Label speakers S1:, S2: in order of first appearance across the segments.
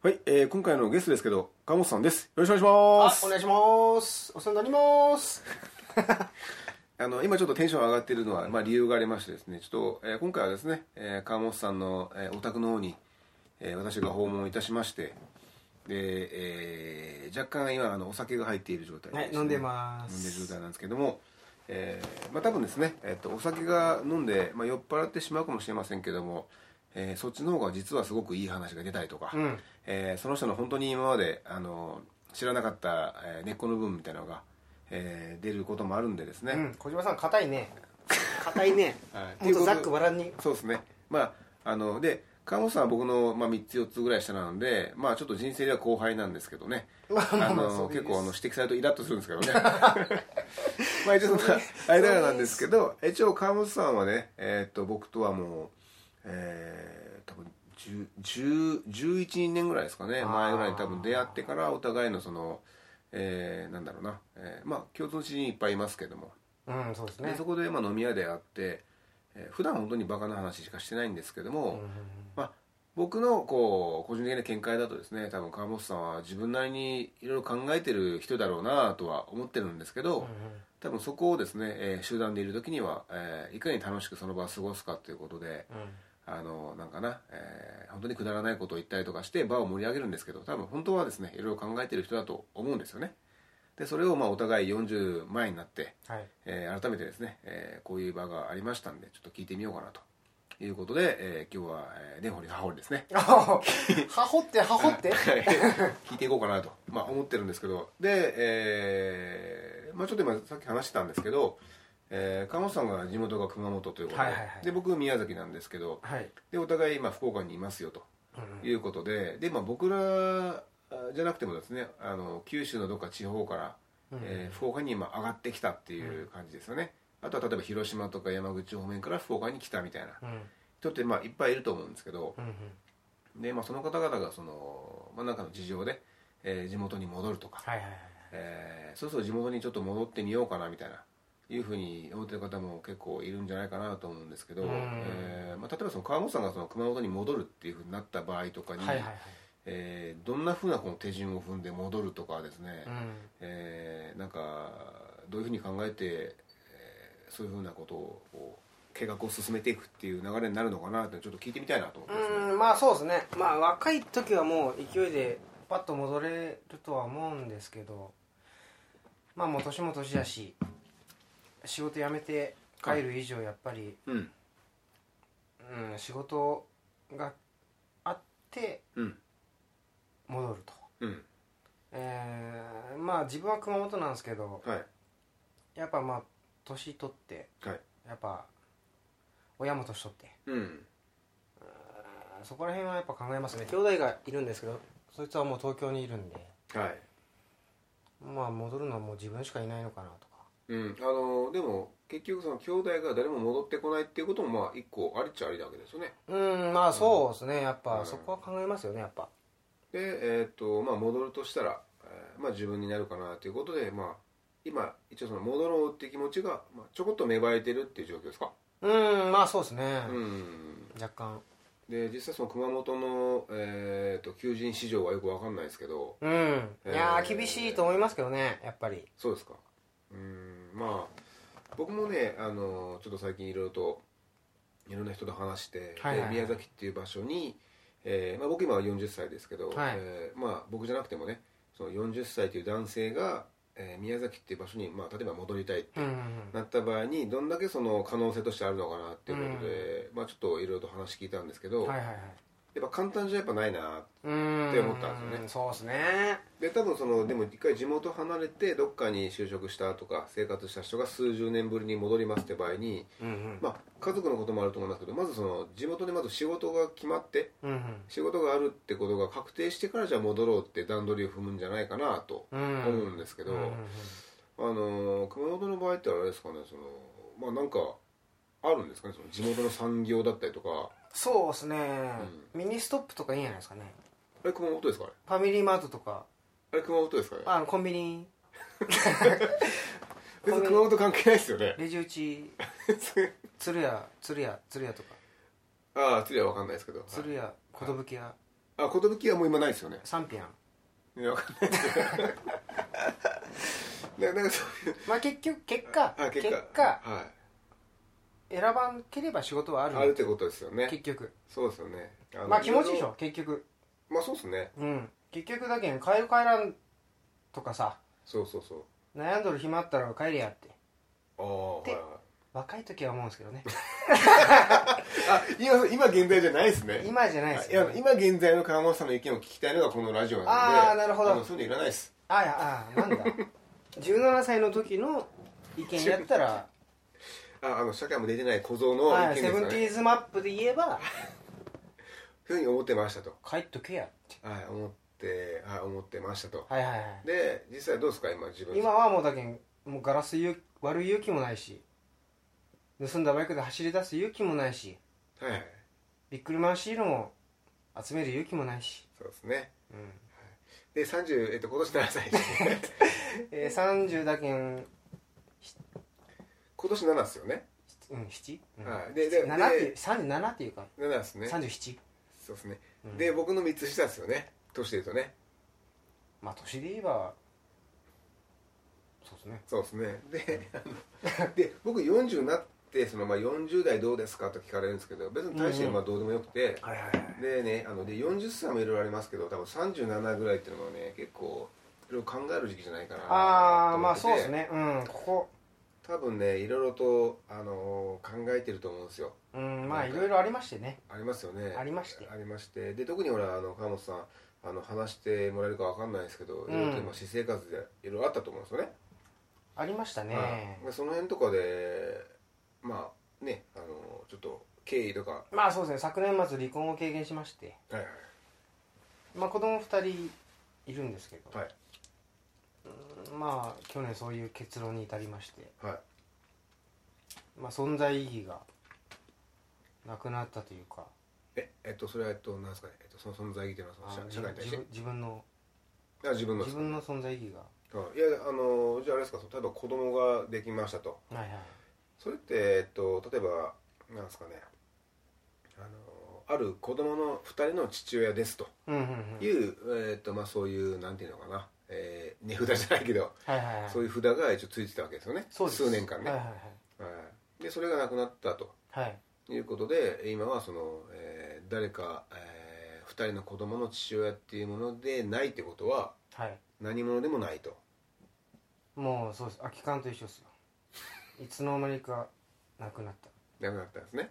S1: はい、えー今回のゲストですけど、川本さんです。よろしくお願いし
S2: あお
S1: ます。
S2: 願いしますお世話になります
S1: あの、今ちょっとテンション上がっているのは、まあ理由がありましてですね、ちょっと、えー今回はですね、えー川本さんの、えーお宅の方に、えー私が訪問いたしまして、で、えー若干今、あの、お酒が入っている状態
S2: はい
S1: すね
S2: 飲んでます
S1: 飲んでる状態なんですけども、えーまあ多分ですね、えっと、お酒が飲んで、まあ酔っ払ってしまうかもしれませんけども、えーそっちの方が実はすごくいい話が出たりとか、
S2: うん
S1: えーその人の本当に今まであの知らなかった、えー根っこの部分みたいなのが、えー出ることもあるんでですね、
S2: うん小島さん硬いね 硬いね、
S1: はい
S2: もっとざっくばらんに
S1: そうですねまああので川本さんは僕の、まあ、3つ4つぐらい下なので、まあ、ちょっと人生では後輩なんですけどね
S2: まあまあまあ
S1: の
S2: そうです
S1: 結構あの指摘されるとイラッとするんですけど ねまあ一応そんな間柄なんですけど一応川本さんはね、えーっと僕とはもうえー多分10 10 11年ぐらいですかね
S2: あー
S1: 前ぐらいに多分出会ってからお互いのその、えーなんだろうな、えーまあ共通の知人いっぱいいますけども
S2: うんそうです
S1: で
S2: ね
S1: そこでまあ飲み屋で会って、えー普段本当にバカな話しかしてないんですけども、まあ、僕のこう個人的な見解だとですね多分川本さんは自分なりにいろいろ考えてる人だろうなとは思ってるんですけど、多分そこをですね、えー集団でいる時には、えーいかに楽しくその場を過ごすかということで。あのなんかな、えー本当にくだらないことを言ったりとかして場を盛り上げるんですけど多分本当はですねいろいろ考えてる人だと思うんですよねでそれをまあお互い40前になって、
S2: はい
S1: えー改めてですね、えーこういう場がありましたんでちょっと聞いてみようかなということで、えー今日はえー根掘、り葉掘りですね
S2: あはほってはほって
S1: はい聞いていこうかなと、まあ、思ってるんですけどで、えーまあ、ちょっと今さっき話してたんですけど、えー、川本さんが地元が熊本ということで,、
S2: はいはいはい
S1: で僕宮崎なんですけど
S2: はい
S1: でお互い今福岡にいますよということで,、でまあ、僕らあじゃなくてもですねあの九州のどっか地方から、えー福岡に今上がってきたっていう感じですよね、あとは例えば広島とか山口方面から福岡に来たみたいな人って、まあ、いっぱいいると思うんですけど、でまあ、その方々がその、まあ、なんかの事情で、えー地元に戻るとか、
S2: はいはい
S1: えーそろそろ地元にちょっと戻ってみようかなみたいないうふうに思ってる方も結構いるんじゃないかなと思うんですけど、
S2: うん
S1: えーまあ、例えばその川本さんがその熊本に戻るっていうふうになった場合とかに、
S2: はいはいはい
S1: えーどんなふうなこの手順を踏んで戻るとかですね、
S2: うん
S1: えーなんかどういうふうに考えて、えーそういうふうなことをこう計画を進めていくっていう流れになるのかなってちょっと聞いてみたいなと思ってますね。
S2: うんまあそうですねまあ若い時はもう勢いでパッと戻れるとは思うんですけどまあもう年も年だし仕事辞めて帰る以上やっぱり、
S1: うん
S2: うん、仕事があって
S1: うん
S2: 戻ると、
S1: うん
S2: えーまあ自分は熊本なんですけど
S1: はい
S2: やっぱまあ年取って
S1: はい
S2: やっぱ親も年取って
S1: うん
S2: あーそこら辺はやっぱ考えますね兄弟がいるんですけどそいつはもう東京にいるんで
S1: はい
S2: まあ戻るのはもう自分しかいないのかなとか
S1: うん、あのでも結局その兄弟が誰も戻ってこないっていうこともまあ一個ありっちゃありだわけですよね
S2: うんまあそうですねやっぱ、
S1: うん
S2: そこは考えますよねやっぱ
S1: でえっ、とまあ戻るとしたら、えーまあ自分になるかなということでまあ今一応その戻ろうって気持ちが、まあ、ちょこっと芽生えてるっていう状況ですか
S2: うんまあそうですね、
S1: うん
S2: 若干
S1: で実際その熊本の、えー、と求人市場はよくわかんないですけど
S2: うん、
S1: えー
S2: いやー厳しいと思いますけどねやっぱり
S1: そうですかうんまあ僕もねあのちょっと最近いろいろといろんな人と話して、
S2: はいはいはい
S1: で宮崎っていう場所に、えーまあ、僕今は40歳ですけど、
S2: はい
S1: えーまあ、僕じゃなくてもねその40歳という男性が、えー宮崎っていう場所に、まあ、例えば戻りたいって
S2: うんうん
S1: なった場合にどんだけその可能性としてあるのかなっていうことで、まあ、ちょっといろいろと話聞いたんですけ
S2: う
S1: ど、
S2: んはいはいはい
S1: でやっぱ簡単じゃやっぱないな
S2: うーん
S1: って思ったんですよね
S2: そうですね
S1: で多分そのでも一回地元離れてどっかに就職したとか生活した人が数十年ぶりに戻りますって場合に、
S2: うんうん
S1: まあ、家族のこともあると思いますけどまずその地元でまず仕事が決まって
S2: うん
S1: 仕事があるってことが確定してからじゃあ戻ろうって段取りを踏むんじゃないかなと
S2: う
S1: 思
S2: ん
S1: うんですけど、
S2: うんうん
S1: あのー熊本の場合ってあれですかねそのまあなんかあるんですかねその地元の産業だったりとか
S2: そうですね、ミニストップとかいいんじゃないですかね
S1: あれ熊本ですかあれ
S2: ファミリーマートとか
S1: あれ熊本ですかね
S2: あのコンビニ
S1: 別に熊本関係ないですよね
S2: レジ打 ち鶴屋鶴屋鶴屋とか
S1: ああ釣りは分かんないですけど
S2: 鶴屋寿屋
S1: あ寿はもう今ないですよね
S2: 三品
S1: いや分かんないですけどななんかそういう
S2: まあ結局結果
S1: あ結果
S2: 結果
S1: はい
S2: 選ばんければ仕事はある
S1: あるってことですよね
S2: 結局
S1: そうですよねあの
S2: まあ気持ちいいでし
S1: ろ
S2: ょ結局
S1: ろまあそうですね
S2: うん結局だけん帰る帰らんとかさ
S1: そうそうそう
S2: 悩んどる暇あったら帰れやって
S1: ああはい
S2: で
S1: はい
S2: 若い時は思うんです けどね
S1: あ今今現在じゃないですね
S2: 今じゃないです
S1: い
S2: よ、
S1: や今現在の川本さんの意見を聞きたいのがこのラジオなんで
S2: あーなるほど
S1: あのそういうのいらないです
S2: あいやあなんだ17歳の時の意見やったら
S1: ああの社会も出てない小僧の意
S2: は
S1: 見
S2: い、
S1: です
S2: セブン
S1: か
S2: テ
S1: ね
S2: ィーズマップで言えば
S1: そういうふうに思ってましたと
S2: 帰っとけやって
S1: はい思ってはい思ってましたと
S2: はいはいはい
S1: で実際どうですか今自分
S2: 今はもうだけんもうガラスゆ割る勇気もないし盗んだバイクで走り出す勇気もないし
S1: はいはい
S2: ビックリマンシールも集める勇気もないし、
S1: そうですね
S2: うん
S1: で30えっと今年7歳ですね
S2: えー、30だけん、
S1: 今年7ですよね
S2: うん、7?、うん
S1: はいでで
S2: 7ってい
S1: で
S2: う37っていうか、
S1: 7ですね
S2: 37
S1: そうですね
S2: うん
S1: で僕の3つ下ですよね年で言うとね
S2: まあ年で言えばそうですね
S1: そうですねで あので僕40になってその、まあ、40代どうですかと聞かれるんですけど別に大して今どうでもよくて、
S2: はいはいはい
S1: でねあので40歳もいろいろありますけど多分37ぐらいっていうのはね結構いろいろ考える時期じゃないかな
S2: あ
S1: と
S2: あ
S1: 思
S2: ま
S1: っ
S2: あ
S1: てて
S2: そうですねうんここ
S1: 多分ねいろいろと、あのー考えてると思うんですよ
S2: うんまあいろいろありましてね
S1: ありますよね
S2: ありまして
S1: ありましてで特にほらあの川本さんあの話してもらえるかわかんないですけど、
S2: うん
S1: いろいろと今私生活でいろいろあったと思うんですよね
S2: ありましたね、
S1: はいでその辺とかでまあねあのちょっと経緯とかは
S2: まあそうですね昨年末離婚を経験しまして
S1: いはい
S2: まあ子供2人いるんですけど、
S1: はい
S2: まあ去年そういう結論に至りまして、
S1: はい
S2: まあ、存在意義がなくなったというか
S1: ええっとそれはえっと何ですかね、えっと、その存在意義というの
S2: あ
S1: はその
S2: の
S1: 社社会に対して
S2: 自分自分の
S1: あ自分ので
S2: 自
S1: す
S2: 分の存在意義が
S1: うんいやあのじゃああれですかそう例えば子供ができましたと
S2: はいはい
S1: それって、えっと、例えばなんですかねあのある子供の2人の父親ですと
S2: うんうんうん
S1: いう、えっとまあ、そういうなんていうのかな、えー、値札じゃないけど、
S2: はいはいはい
S1: そういう札が一応ついてたわけですよね
S2: そうです
S1: 数年間ね、
S2: は
S1: はい
S2: はい
S1: いでそれがなくなったと
S2: はいはい
S1: いうことで今はその、えー誰か、え2人の子供の父親っていうものでないってことは
S2: はい
S1: 何者でもないと
S2: もうそうです空き缶と一緒ですよいつの間にかなくなった
S1: なくなったんですね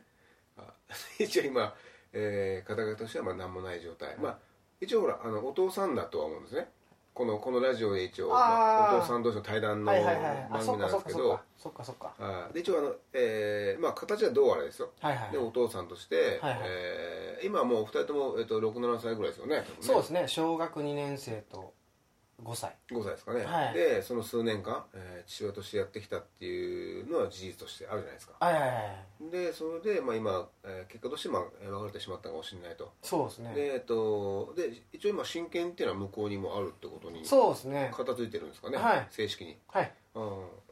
S1: あ 一応今、えー、方々としてはまあ何もない状態、まあ一応ほらあのお父さんだとは思うんですねこのこのラジオで一応
S2: あ
S1: ま
S2: ー
S1: あお父さん同士の対談の
S2: はい
S1: 番
S2: はいはいあそ
S1: 組
S2: っ
S1: な
S2: か
S1: ん
S2: そ
S1: ですけ
S2: っかそっ
S1: ど
S2: かそっかそっか
S1: あーで一応あの、えーまあ、形はどうあれですよ
S2: はいはい
S1: でお父さんとして、
S2: はいはい
S1: えー今はもうお二人とも、えっと67歳ぐらいですよね
S2: そうですすね小学2年生と5歳
S1: 5歳ですかね、
S2: はい
S1: でその数年間、えー父親としてやってきたっていうのは事実としてあるじゃないですか
S2: はいはいはい
S1: でそれで、まあ、今、えー結果として、まあ、えー別れてしまったかもしれないと
S2: そうですね
S1: で,、えっと、で一応今親権っていうのは向こうにもあるってことに
S2: そうですね
S1: 片付いてるんですかね、
S2: はい
S1: 正式に、
S2: はい
S1: う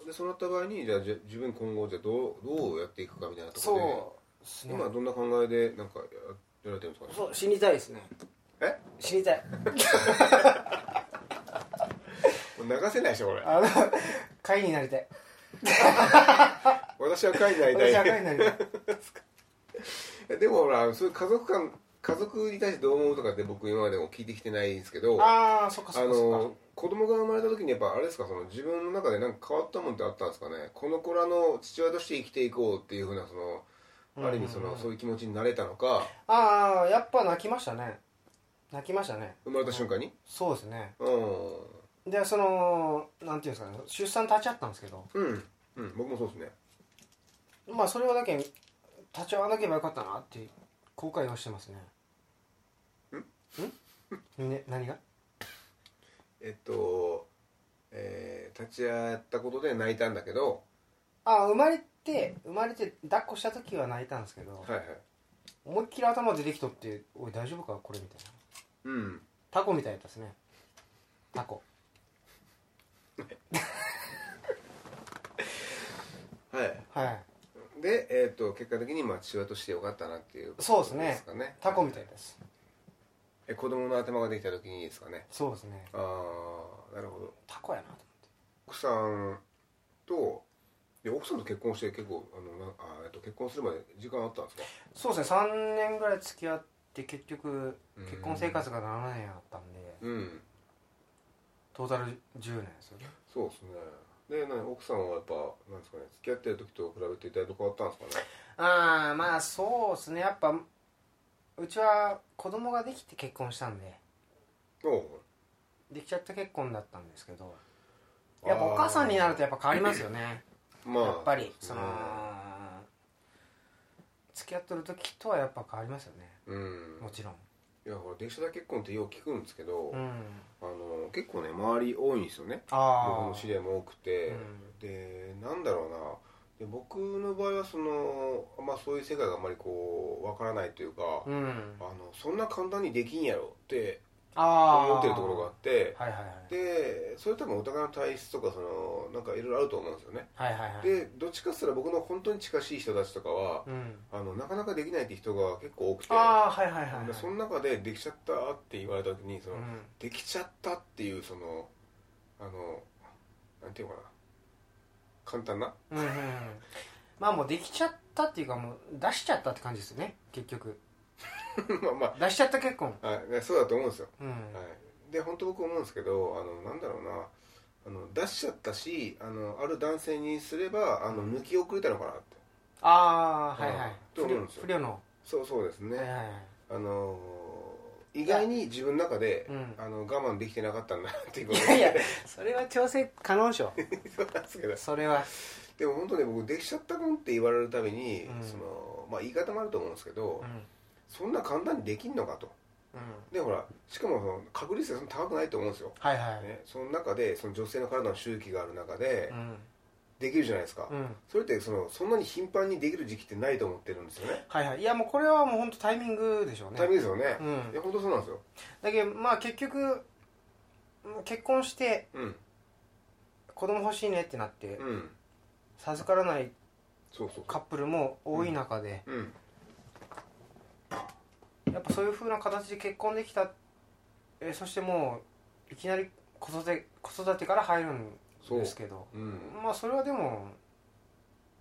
S1: ん、でそうなった場合にじゃあじゃ自分今後じゃあどうどうやっていくかみたいなところ
S2: そうです
S1: で
S2: ね
S1: 今どんな考えでなんかややられてるんですかね
S2: そう死にたいですね
S1: え
S2: 死にたい
S1: これ流せないでしょこれ
S2: あの会になりたい
S1: 私は会になりたい
S2: 私は会にな りたい
S1: でもほらそういう家族間家族に対してどう思うとかって僕今までも聞いてきてないんですけど
S2: ああそっか
S1: あ
S2: そっかそっか
S1: の子供が生まれた時にやっぱあれですかその自分の中でなんか変わったもんってあったんですかねこの子らの父親として生きていこうっていうふうなそのある意味そ
S2: うんう
S1: の
S2: ん
S1: そういう気持ちになれたのか
S2: ああやっぱ泣きましたね泣きましたね
S1: 生まれた瞬間に
S2: そうですね
S1: うん
S2: でそのなんていうんですかね出産立ち会ったんですけど
S1: うん、うん、僕もそうですね
S2: まあそれはだけ立ち会わなければよかったなって後悔はしてますねんね何が
S1: えっと、えー立ち会ったことで泣いたんだけど
S2: ああ生まれて生まれて抱っこした時は泣いたんですけど、
S1: はいはい
S2: 思いっきり頭出てきとって「おい大丈夫かこれ」みたいな
S1: うん
S2: タコみたいだったですねタコ
S1: はい
S2: はい
S1: で、えっと結果的にまあ父親としてよかったなっていう
S2: そうですね
S1: かね
S2: タコみたいです
S1: え子供の頭ができた時にですかね
S2: そうですね
S1: ああなるほど
S2: タコやなと思って
S1: 奥さんとで奥さんと結婚して結構あのなあ、えっと、結婚するまで時間あったんですか
S2: そうですね3年ぐらい付き合って結局
S1: うん
S2: 結婚生活が7年あったんで
S1: うん
S2: トータル10年ですよね
S1: そうですねでな奥さんはやっぱなんですかね付き合ってる時と比べてだいぶ変わったんですかね
S2: ああまあそうですねやっぱうちは子供ができて結婚したんで
S1: おう
S2: できちゃった結婚だったんですけどやっぱお母さんになるとやっぱ変わりますよね
S1: ま
S2: やっぱりそ
S1: そう
S2: の
S1: ですね
S2: 付き合っとる時とはやっぱ変わりますよね
S1: うん
S2: もちろん
S1: いやほら電車だ結婚ってよく聞くんですけど、
S2: う
S1: あ
S2: ん
S1: の結構ね周り多いんですよね僕
S2: あ
S1: の知り合いも多くて、
S2: うん
S1: でなんだろうなで僕の場合はその、まあ、そういう世界があまりこうわからないというか、
S2: あうん
S1: あのそんな簡単にできんやろって
S2: あー
S1: 思ってるところがあって
S2: はいはいはい
S1: でそれ多分お互いの体質とかそのなんかいろいろあると思うんですよね
S2: はいはいはい
S1: でどっちかっつったら僕の本当に近しい人たちとかは
S2: うん
S1: あのなかなかできないって人が結構多くて
S2: ああはいはいはいはい
S1: でその中でできちゃったって言われた時にその、
S2: うん
S1: できちゃったっていうそのあのなんていうのかな簡単な
S2: うんうんうんまあもうできちゃったっていうかもう出しちゃったって感じですよね結局
S1: まあま
S2: 出しちゃった結婚
S1: あはいそうだと思うんですよ、
S2: うん
S1: はい、で本当僕思うんですけどあのなんだろうなあの出しちゃったしあのある男性にすればあの抜き遅れたのかなって
S2: ああはいはい
S1: うん
S2: 不
S1: と思うん
S2: 良
S1: ですよ
S2: 不良の
S1: そうそうですね、
S2: はいはいはい
S1: あのー意外に自分の中で、
S2: うん
S1: あの我慢できてなかったんだなっていうこ
S2: い
S1: と
S2: やいやそれは調整可能でしょ
S1: そうなんですけど
S2: それは
S1: でも本当ね僕できちゃったもんって言われるたびに、
S2: うん
S1: そのまあ、言い方もあると思うんですけど、
S2: うん
S1: そんな簡単にできんのかと
S2: うん
S1: でほらしかもその確率がそんな高くないと思うんですよ、
S2: はいはい
S1: ね、その中でその女性の体の周期がある中で、
S2: うん
S1: できるじゃないですか、
S2: うん
S1: それってそのそんなに頻繁にできる時期ってないと思ってるんですよね
S2: はいはいいやもうこれはもう本当タイミングでしょうね
S1: タイミングですよね、
S2: うん
S1: いや本当そうなんですよ
S2: だけどまあ結局もう結婚して
S1: うん
S2: 子供欲しいねってなって
S1: うん
S2: 授からない
S1: そうそう
S2: カップルも多い中で、
S1: うん
S2: やっぱそういう風な形で結婚できた、えーそしてもういきなり子育て子育てから入るん
S1: そう
S2: ですけど
S1: うん
S2: まあそれはでも、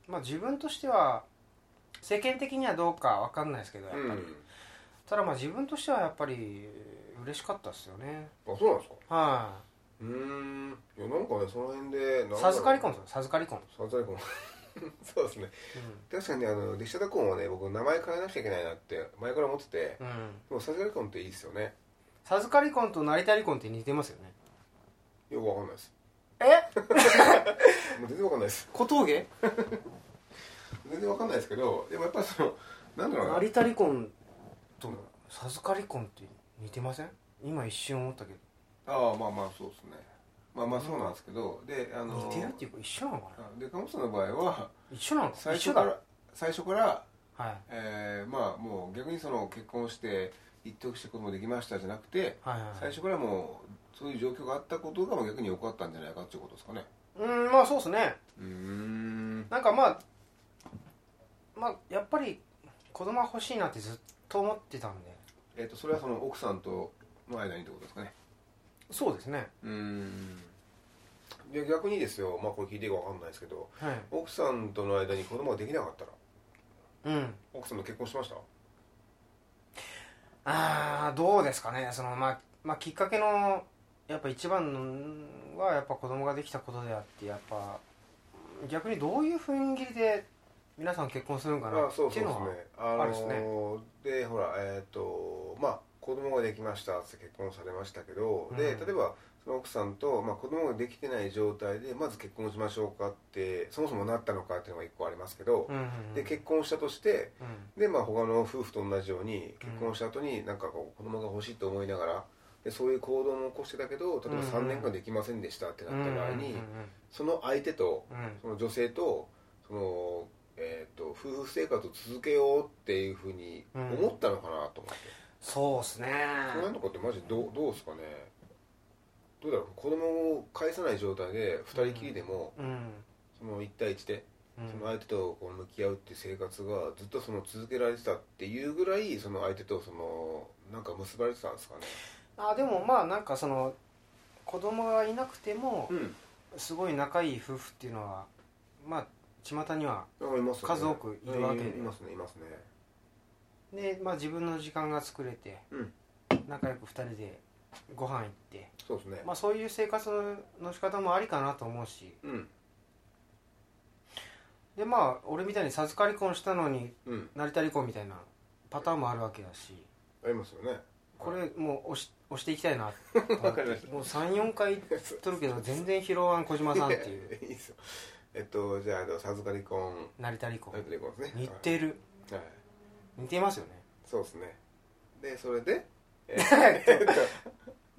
S2: まあ、自分としては世間的にはどうかわかんないですけどやっ
S1: うん
S2: ぱり、ただまあ自分としてはやっぱりえー嬉しかったですよね
S1: あそうなんですか
S2: は
S1: うーんいやなんかねその辺でなん
S2: い、
S1: だろう
S2: 授かり婚ですよ授かり婚、
S1: 授かり婚 そうですね確かにあのできちゃった婚はね僕名前変えなくちゃいけないなって前から思っててで
S2: うんうん、
S1: も授かり婚っていいですよね
S2: 授かり婚と成田離婚って似てますよね
S1: よくわかんないです
S2: え
S1: もう全然わかんないです
S2: 小峠
S1: 全然わかんないですけどでもやっぱりそのなんだろうな
S2: 成田離婚と授かり婚って似てません今一瞬思ったけど
S1: ああまあまあそうですねまあまあそうなんですけどであの
S2: 似てるっていうか一緒なのかな
S1: あで鴨さんの場合は
S2: 一緒なの
S1: 最
S2: 一
S1: 初
S2: 緒だ
S1: から最初から、
S2: はい
S1: えーまあもう逆にその結婚して一等して子供できましたじゃなくて
S2: はいはい
S1: 最初からもうそういう状況があったことがもう逆に良かったんじゃないかっていうことですかね
S2: うんまあそうですね
S1: うーん
S2: なんかまあまあやっぱり子供が欲しいなってずっと思ってたんで
S1: えっ、とそれはその奥さんとの間にってことですかね
S2: そうですね
S1: うーんいや逆にですよまあこれ聞いていいか分かんないですけど
S2: はい
S1: 奥さんとの間に子供ができなかったら
S2: うん
S1: 奥さんと結婚しました
S2: ああどうですかねそのまあ、まあ、きっかけのやっぱ一番のはやっぱ子供ができたことであってやっぱ逆にどういう踏ん切りで皆さん結婚するんかな
S1: あそうそうそ
S2: って
S1: う
S2: い
S1: で
S2: うの
S1: す
S2: は
S1: ねあ
S2: あ
S1: の
S2: るっすね
S1: でほらえっ、とまあ子供ができましたって結婚されましたけど、で
S2: うん
S1: 例えばその奥さんと、まあ、子供ができてない状態でまず結婚しましょうかってそもそもなったのかっていうのが一個ありますけど、
S2: うんうんうん
S1: で結婚したとして
S2: うん
S1: で、まあ、他の夫婦と同じように結婚した後になんかこう子供が欲しいと思いながらでそういう行動も起こしてたけど例えば
S2: うんうん
S1: 3年間できませんでしたってなった場合に、
S2: うん
S1: その相手と
S2: うんうんうん
S1: その女性とその、えー、と夫婦生活を続けようっていうふうに思ったのかなと思って、
S2: そうですね
S1: そんなのかってマジどうどうですかねどうだろう子供を返さない状態で2人きりでも、
S2: うん
S1: その1対1で
S2: うん
S1: その相手とこう向き合うっていう生活がずっとその続けられてたっていうぐらいその相手とそのなんか結ばれてたんですかね
S2: あでもまあなんかその子供がいなくても
S1: うん
S2: すごい仲いい夫婦っていうのはまあ巷には
S1: あいますよね
S2: 数多くいるわけで
S1: いますねいますね
S2: で、まあ、自分の時間が作れて、
S1: うん
S2: 仲良く2人でご飯行って、
S1: そうですね、
S2: まあ、そういう生活の仕方もありかなと思うし
S1: うん
S2: でまあ俺みたいに授かり婚したのに
S1: うん
S2: 成田離婚みたいなパターンもあるわけだし
S1: ありますよ ね
S2: これもう押し押していきたいなと思っ て
S1: わかりました
S2: もう34回撮るけど全然拾わん小島さんっていう
S1: いいですよえっとじゃああの授かり婚
S2: 成田離婚
S1: 成田離婚ですね
S2: 似てる
S1: はい、はい、
S2: 似てますよね
S1: そうですねでそれで え
S2: え
S1: っ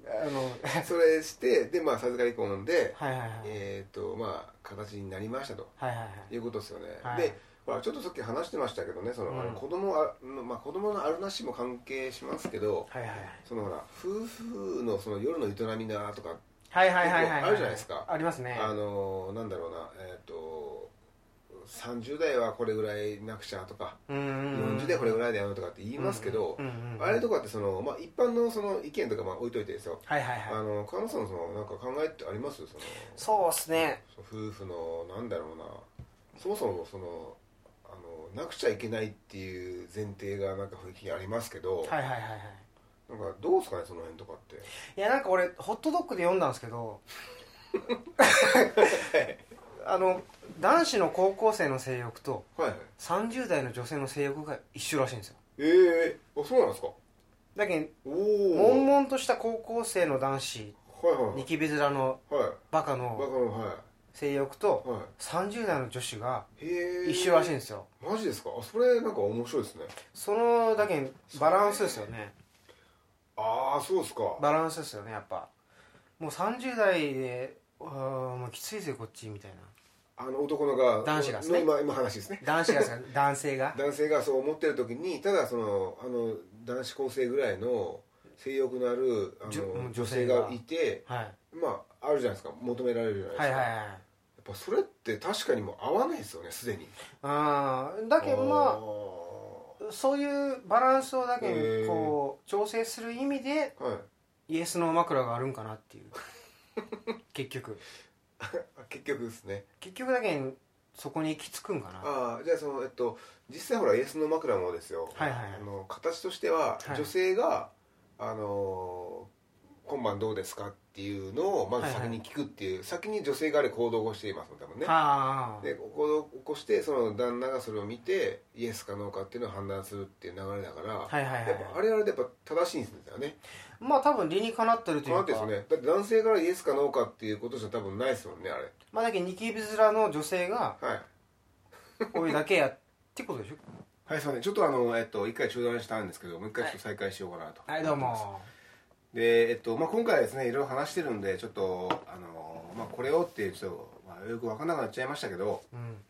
S2: あの
S1: とそれしてでまあ授かり婚で
S2: はいはいはい
S1: えっとまあ形になりましたと
S2: はいはい
S1: いうことですよね、
S2: はい
S1: でほらちょっとさっき話してましたけどねその、あ
S2: う
S1: の
S2: ん
S1: 子供あのまあ子供のあるなしも関係しますけど
S2: はいはい
S1: そのほら夫婦のその夜の営みだとか、
S2: はいはいはいはいはい
S1: あるじゃないですか
S2: ありますね
S1: あのなんだろうなえっ、と30代はこれぐらいなくちゃとか、40
S2: 40
S1: 代これぐらいだよとかって言いますけど、あれと
S2: か
S1: かってその、まあ、一般のその意見とかまあ置いといてですよ
S2: はいはい
S1: あ
S2: はい
S1: の川野さんのそのなんか考えってありますその
S2: そうっすね
S1: その夫婦のなんだろうなそもそもそのあのなくちゃいけないっていう前提がなんか雰囲気ありますけど、
S2: はいはいはいはい
S1: なんかどうですかねその辺とかって
S2: いやなんか俺ホットドッグで読んだんですけど あの男子の高校生の性欲と
S1: はいはい
S2: 30代の女性の性欲が一緒らしいんですよ
S1: ええあそうなんですか
S2: だけ
S1: お
S2: ど悶
S1: お
S2: 々とした高校生の男子
S1: はい
S2: ニキビ面の
S1: はいはい
S2: バ
S1: バ
S2: カ
S1: カ
S2: の
S1: のは
S2: 性欲と
S1: いは
S2: 30代の女子が
S1: いへえ
S2: 一緒らしいんですすよ
S1: マジですかあそれなんか面白いですね
S2: そのだけバランスですよね
S1: ああそうですか
S2: バランスですよねやっぱもう30代であーもうきついぜこっちみたいな
S1: あの男のが
S2: 男子がですね
S1: の今今話ですね
S2: 男子がさ男性 が
S1: 男性がそう思ってる時にただそのあの男子高生ぐらいの性欲のあるあ
S2: じょう
S1: の
S2: ん
S1: 女
S2: 女
S1: 性
S2: 性
S1: が
S2: が
S1: いて
S2: はい
S1: まああるじゃないですか求められるじゃないですか、
S2: はいはいはい
S1: やっぱそれって確かにもう合わないですよねすでに
S2: あーだけどまあそういうバランスをだけ
S1: へー
S2: こう調整する意味で
S1: あーはい
S2: イエスの枕があるんかなっていう 結局
S1: あ結局ですね
S2: 結局だけそこに行き着くんかな
S1: ああじゃあそのえっと実際ほらイエスの枕もですよ、
S2: はいはいはい
S1: あの形としては、
S2: はい
S1: 女性があのー今晩どうですかっていうのをまず先に聞くっていう、先に女性側で行動をしていますもん多分ね
S2: あー
S1: で行動を起こしてその旦那がそれを見てイエスかノーかっていうのを判断するっていう流れだから、
S2: はいはいはい
S1: やっぱあれあれでやっぱ正しいんですよね
S2: まあ多分理にかなってるとい
S1: こうな
S2: うん
S1: てです
S2: か
S1: よねだって男性からイエスかノーかっていうことじゃ多分ないですもんねあれ
S2: まあだけニキビ面の女性が
S1: はい
S2: こういうだけやってことでしょ
S1: はいすいませんちょっとあのえっと一回中断したんですけどもう一回ちょっと再開しようかなと、
S2: はいどうも
S1: で、えっとまあ、今回はですねいろいろ話してるんでちょっと、あのまあ、これをっていうちょっと、まあ、よく分かんなくなっちゃいましたけど、
S2: うん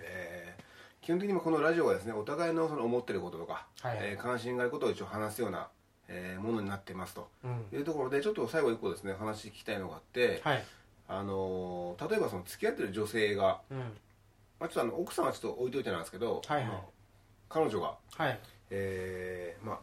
S1: えー基本的にもこのラジオはですねお互いのその思ってることとか、
S2: はい
S1: えー関心があることを一応話すような、えーものになってますと
S2: うん
S1: いうところでちょっと最後一個ですね話聞きたいのがあって、
S2: はい
S1: あの例えばその付き合ってる女性が、
S2: うん
S1: まあ、ちょっとあの奥さんはちょっと置いといてなんですけど、
S2: はいはい
S1: まあ彼女が、
S2: はい
S1: えーま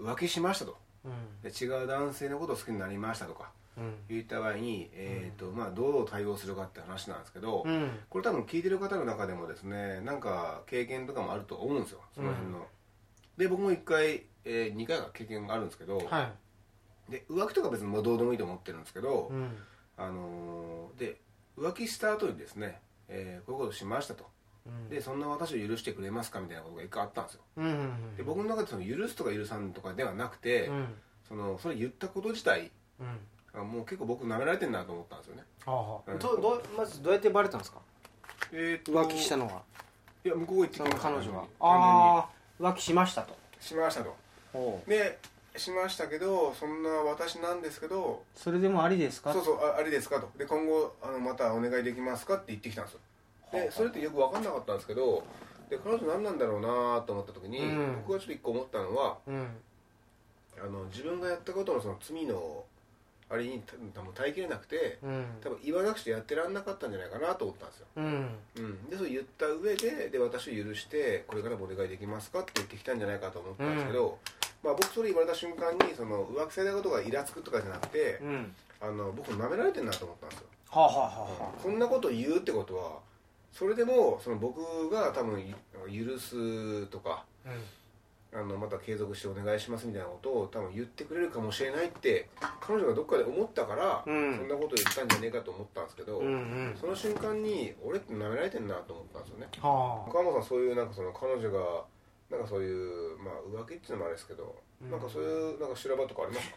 S1: あ、浮気しましたと
S2: うん
S1: で違う男性のことを好きになりましたとか。
S2: うん
S1: 言った場合に、えーとまあ、どう対応するかって話なんですけど、
S2: うん
S1: これ多分聞いてる方の中でもですねなんか経験とかもあると思うんですよその辺の、で僕も1回、え2回が経験があるんですけど、
S2: はい
S1: で浮気とか別にもうどうでもいいと思ってるんですけど、
S2: うん
S1: あのーで浮気した後にですね、えーこういうことしましたと
S2: うん
S1: でそんな私を許してくれますかみたいなことが一回あったんですよ
S2: うんうんうん
S1: で僕の中でその許すとか許さんとかではなくて、
S2: うん
S1: そのそれ言ったこと自体
S2: うんは
S1: あもう結構僕舐められてんなと思ったんですよね
S2: あはあ
S1: うん
S2: どどうまずどうやってバレたんですか
S1: えーと
S2: 浮気したのはい
S1: や向こう行ってき
S2: そ
S1: ま
S2: の
S1: した
S2: 彼女は
S1: 完
S2: ああ浮気しましたと
S1: 全にしましたとでしましたけどそんな私なんですけど
S2: それでもありですか
S1: そうそうああれですかとで今後あのまたお願いできますかって言ってきたんですよでそれってよく分かんなかったんですけどで彼女何なんだろうなと思った時に、
S2: うん
S1: 僕がちょっと一個思ったのは
S2: うん
S1: あの自分がやったことのその罪のあれにた多分耐えきれなくて
S2: うん
S1: 多分言わなくちゃやってらんなかったんじゃないかなと思ったんですよ、
S2: うん
S1: うん、でそれ言った上でで私を許してこれからもお願いできますかって言ってきたんじゃないかと思ったんですけど、まあ、僕それ言われた瞬間にその浮気されたことがイラつくとかじゃなくて
S2: うん
S1: あの僕舐められてんなと思ったんですよ
S2: はあはあはあは
S1: こんなこと言うってことはそれでもその僕が多分い許すとか
S2: あうん
S1: あのまた継続してお願いしますみたいなことを多分言ってくれるかもしれないって彼女がどっかで思ったから、
S2: うん
S1: そんなこと言ったんじゃねえかと思ったんですけど、
S2: うんうん
S1: その瞬間に俺って舐められてんなと思ったんですよね
S2: はあ
S1: 岡山さんそういうなんかその彼女がなんかそういう、まあ、浮気っていうのもあれですけど、
S2: うん
S1: なんかそういうなんか修羅場とかあります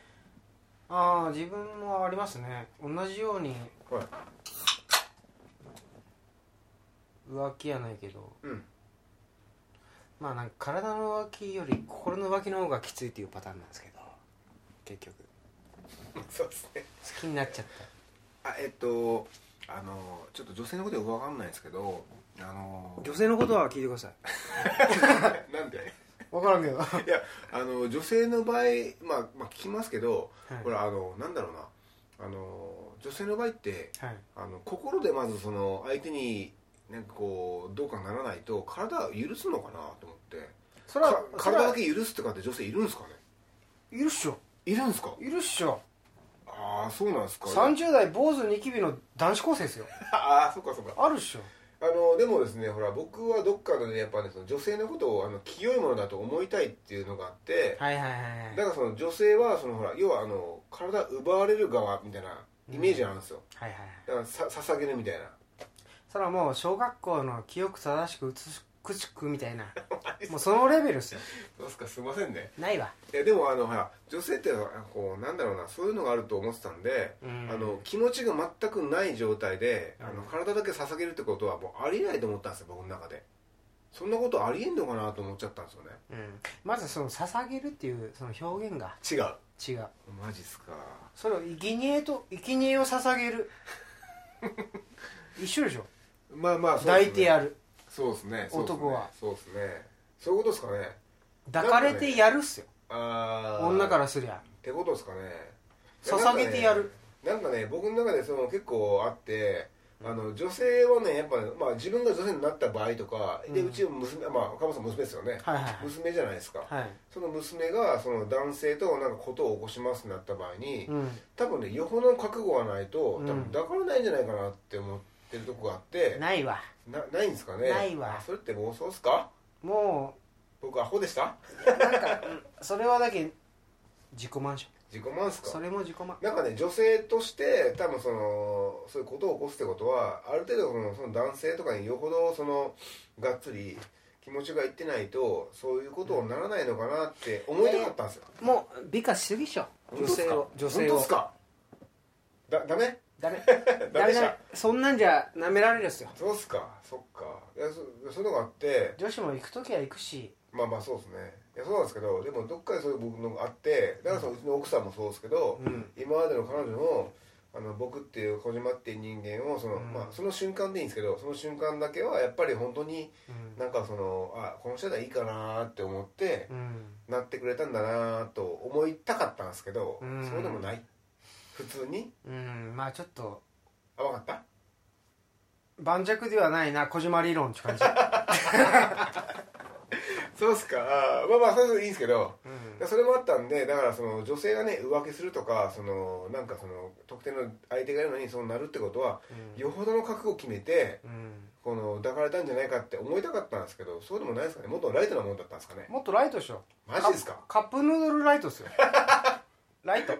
S2: ああ自分もありますね同じように
S1: かはい
S2: 浮気やないけど
S1: うん
S2: まあなんか体の浮気より心の浮気の方がきついっていうパターンなんですけど結局
S1: そうですね
S2: 好きになっちゃった
S1: あえっとあのちょっと女性のことよくわかんないですけどあの
S2: 女性のことは聞いてくださ い
S1: なんで
S2: 分からんけど、はい
S1: やあの女性の場合、まあ、まあ聞きますけど、ほらあのなんだろうなあの女性の場合って
S2: はい、
S1: あの心でまずその相手になんかこうどうかならないと体は許すのかなと思って
S2: それは
S1: か
S2: それ
S1: 体
S2: は
S1: だけ許すとかって女性いるんですかね
S2: いるっしょ
S1: いるんですか
S2: いるっしょ
S1: ああそうなんですか
S2: 30代坊主ニキビの男子高生ですよ
S1: ああそうかそうか
S2: あるっしょ
S1: あのでもですねほら僕はどっかでねやっぱねその女性のことをあの清いものだと思いたいっていうのがあって
S2: はいはいは
S1: だからその女性はそのほら要はあの体奪われる側みたいなイメージなんですよ、
S2: はいはいはい
S1: だからさ捧げるみたいな
S2: それはもう小学校の記憶正しく美しくみたい なもうそのレベルっすよ
S1: どうですかすいませんね
S2: ないわ
S1: いやでもあのほら女性ってこうなんだろうなそういうのがあると思ってたんで、
S2: うん
S1: あの気持ちが全くない状態で、あ
S2: う
S1: の
S2: ん
S1: 体だけ捧げるってことはもうありえないと思ったんですよ僕の中でそんなことありえんのかなと思っちゃったんですよね
S2: うんまずその捧げるっていうその表現が
S1: 違う
S2: 違う
S1: マジっすか
S2: それを生贄と生贄を捧 げる一緒でしょ
S1: まあまあ
S2: 抱いてや
S1: る
S2: る
S1: そうですねそうですね
S2: 男は
S1: そうですねそういうことですかね
S2: 抱かれてやるっすよ
S1: ああ
S2: 女からすりゃ
S1: ってことですかね
S2: 捧げてやる
S1: なんかね僕の中でその結構あってあの女性はねやっぱ、まあ、自分が女性になった場合とか、で
S2: うん
S1: うちの娘まあ岡本さん娘ですよね、
S2: はいはいはい
S1: 娘じゃないですか、
S2: はい
S1: その娘がその男性となんかことを起こしますってなった場合に、
S2: うん
S1: 多分ねよほどの覚悟がないと多
S2: うん
S1: 分抱かれないんじゃないかなって思ってるとこがあって、
S2: ないわ
S1: なないんですかね
S2: ないわ
S1: あそれって妄想っすか
S2: も
S1: 僕アホでした
S2: うそれはだけ自己満足
S1: 自己満っすか
S2: それも自己満
S1: なんかね女性として多分そのそういうことを起こすってことはある程度そのその男性とかによほどそのがっつり気持ちがいってないとそういうことにならないのかなって思いたかったんですよ、
S2: もう美化しすぎっしょ女性を女性
S1: 本当
S2: を
S1: ですかだ ダメ
S2: ダメ
S1: ダメでし
S2: ダ
S1: た
S2: メそんなんじゃなめられるっすよ
S1: そうっすかそっかいやそそういうのがあって
S2: 女子も行く時は行くし
S1: まあまあそうですねいやそうなんですけどでもどっかでそういう僕のがあってだからそのうちの奥さんもそうですけど、
S2: うん
S1: 今までの彼女のあの僕っていう小島っていう人間をその,、
S2: うん
S1: まあ、その瞬間でいいんですけどその瞬間だけはやっぱり本当に
S2: うん
S1: なんかそのあこの人だいいかなって思って
S2: う、ん
S1: なってくれたんだなと思いたかったんですけど、
S2: うん
S1: そうでもない普通に
S2: うんまあちょっと
S1: あ分かった
S2: 盤石ではないな小島理論っ て感じ、
S1: そうっすかあーまあまあそういうのいいんですけど
S2: うん
S1: でそれもあったんでだからその女性がね浮気するとかそのなんかその特定の相手がいるのにそうなるってことは
S2: うん
S1: よほどの覚悟を決めて
S2: うん
S1: この抱かれたんじゃないかって思いたかったんですけどそうでもないですかねもっとライトなもんだったんですかね
S2: もっとライトでしょ
S1: マジですか
S2: カップヌードルライトっすよ ライト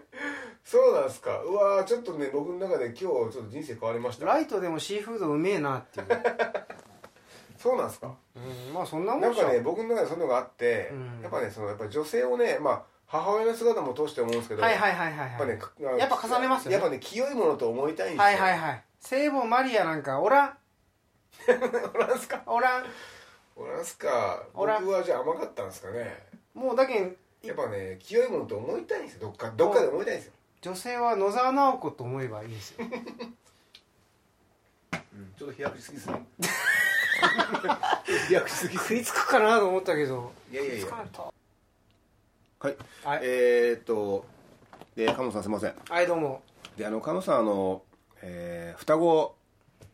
S1: そうなんですかうわーちょっとね僕の中で今日ちょっと人生変わりました
S2: ライトでもシーフードうめえなっていう
S1: そうなんですか
S2: うんまあそんなも
S1: なんん
S2: じゃ
S1: か
S2: ん
S1: ね僕の中でそういうのがあって、
S2: うん
S1: やっぱねそのやっぱ女性をねまあ母親の姿も通して思うんですけど、
S2: はいはいはいはい
S1: やっぱ
S2: は
S1: ね
S2: い
S1: かあの
S2: やっぱ重ねますよね
S1: やっぱね清いものと思いたいんですよ
S2: はいはいはい聖母マリアなんかおらん
S1: おらんすか
S2: おらん
S1: おらんすか
S2: おらん
S1: 僕はじゃあ甘かったんですかね
S2: もうだけん
S1: やっぱね清いものと思いたいんですよどっかどっかで思いたいんですよ、
S2: 女性は野沢直子と思えばいいん です
S1: う
S2: よ
S1: んちょっと飛躍しすぎですね 飛躍しすぎっす
S2: 食いつくかなと思ったけど
S1: いやいやいや
S2: 食つかなと
S1: はい
S2: はい、
S1: えー、っとで鴨野さんすいません
S2: はいどうも
S1: であの鴨野さんあの、えー、双子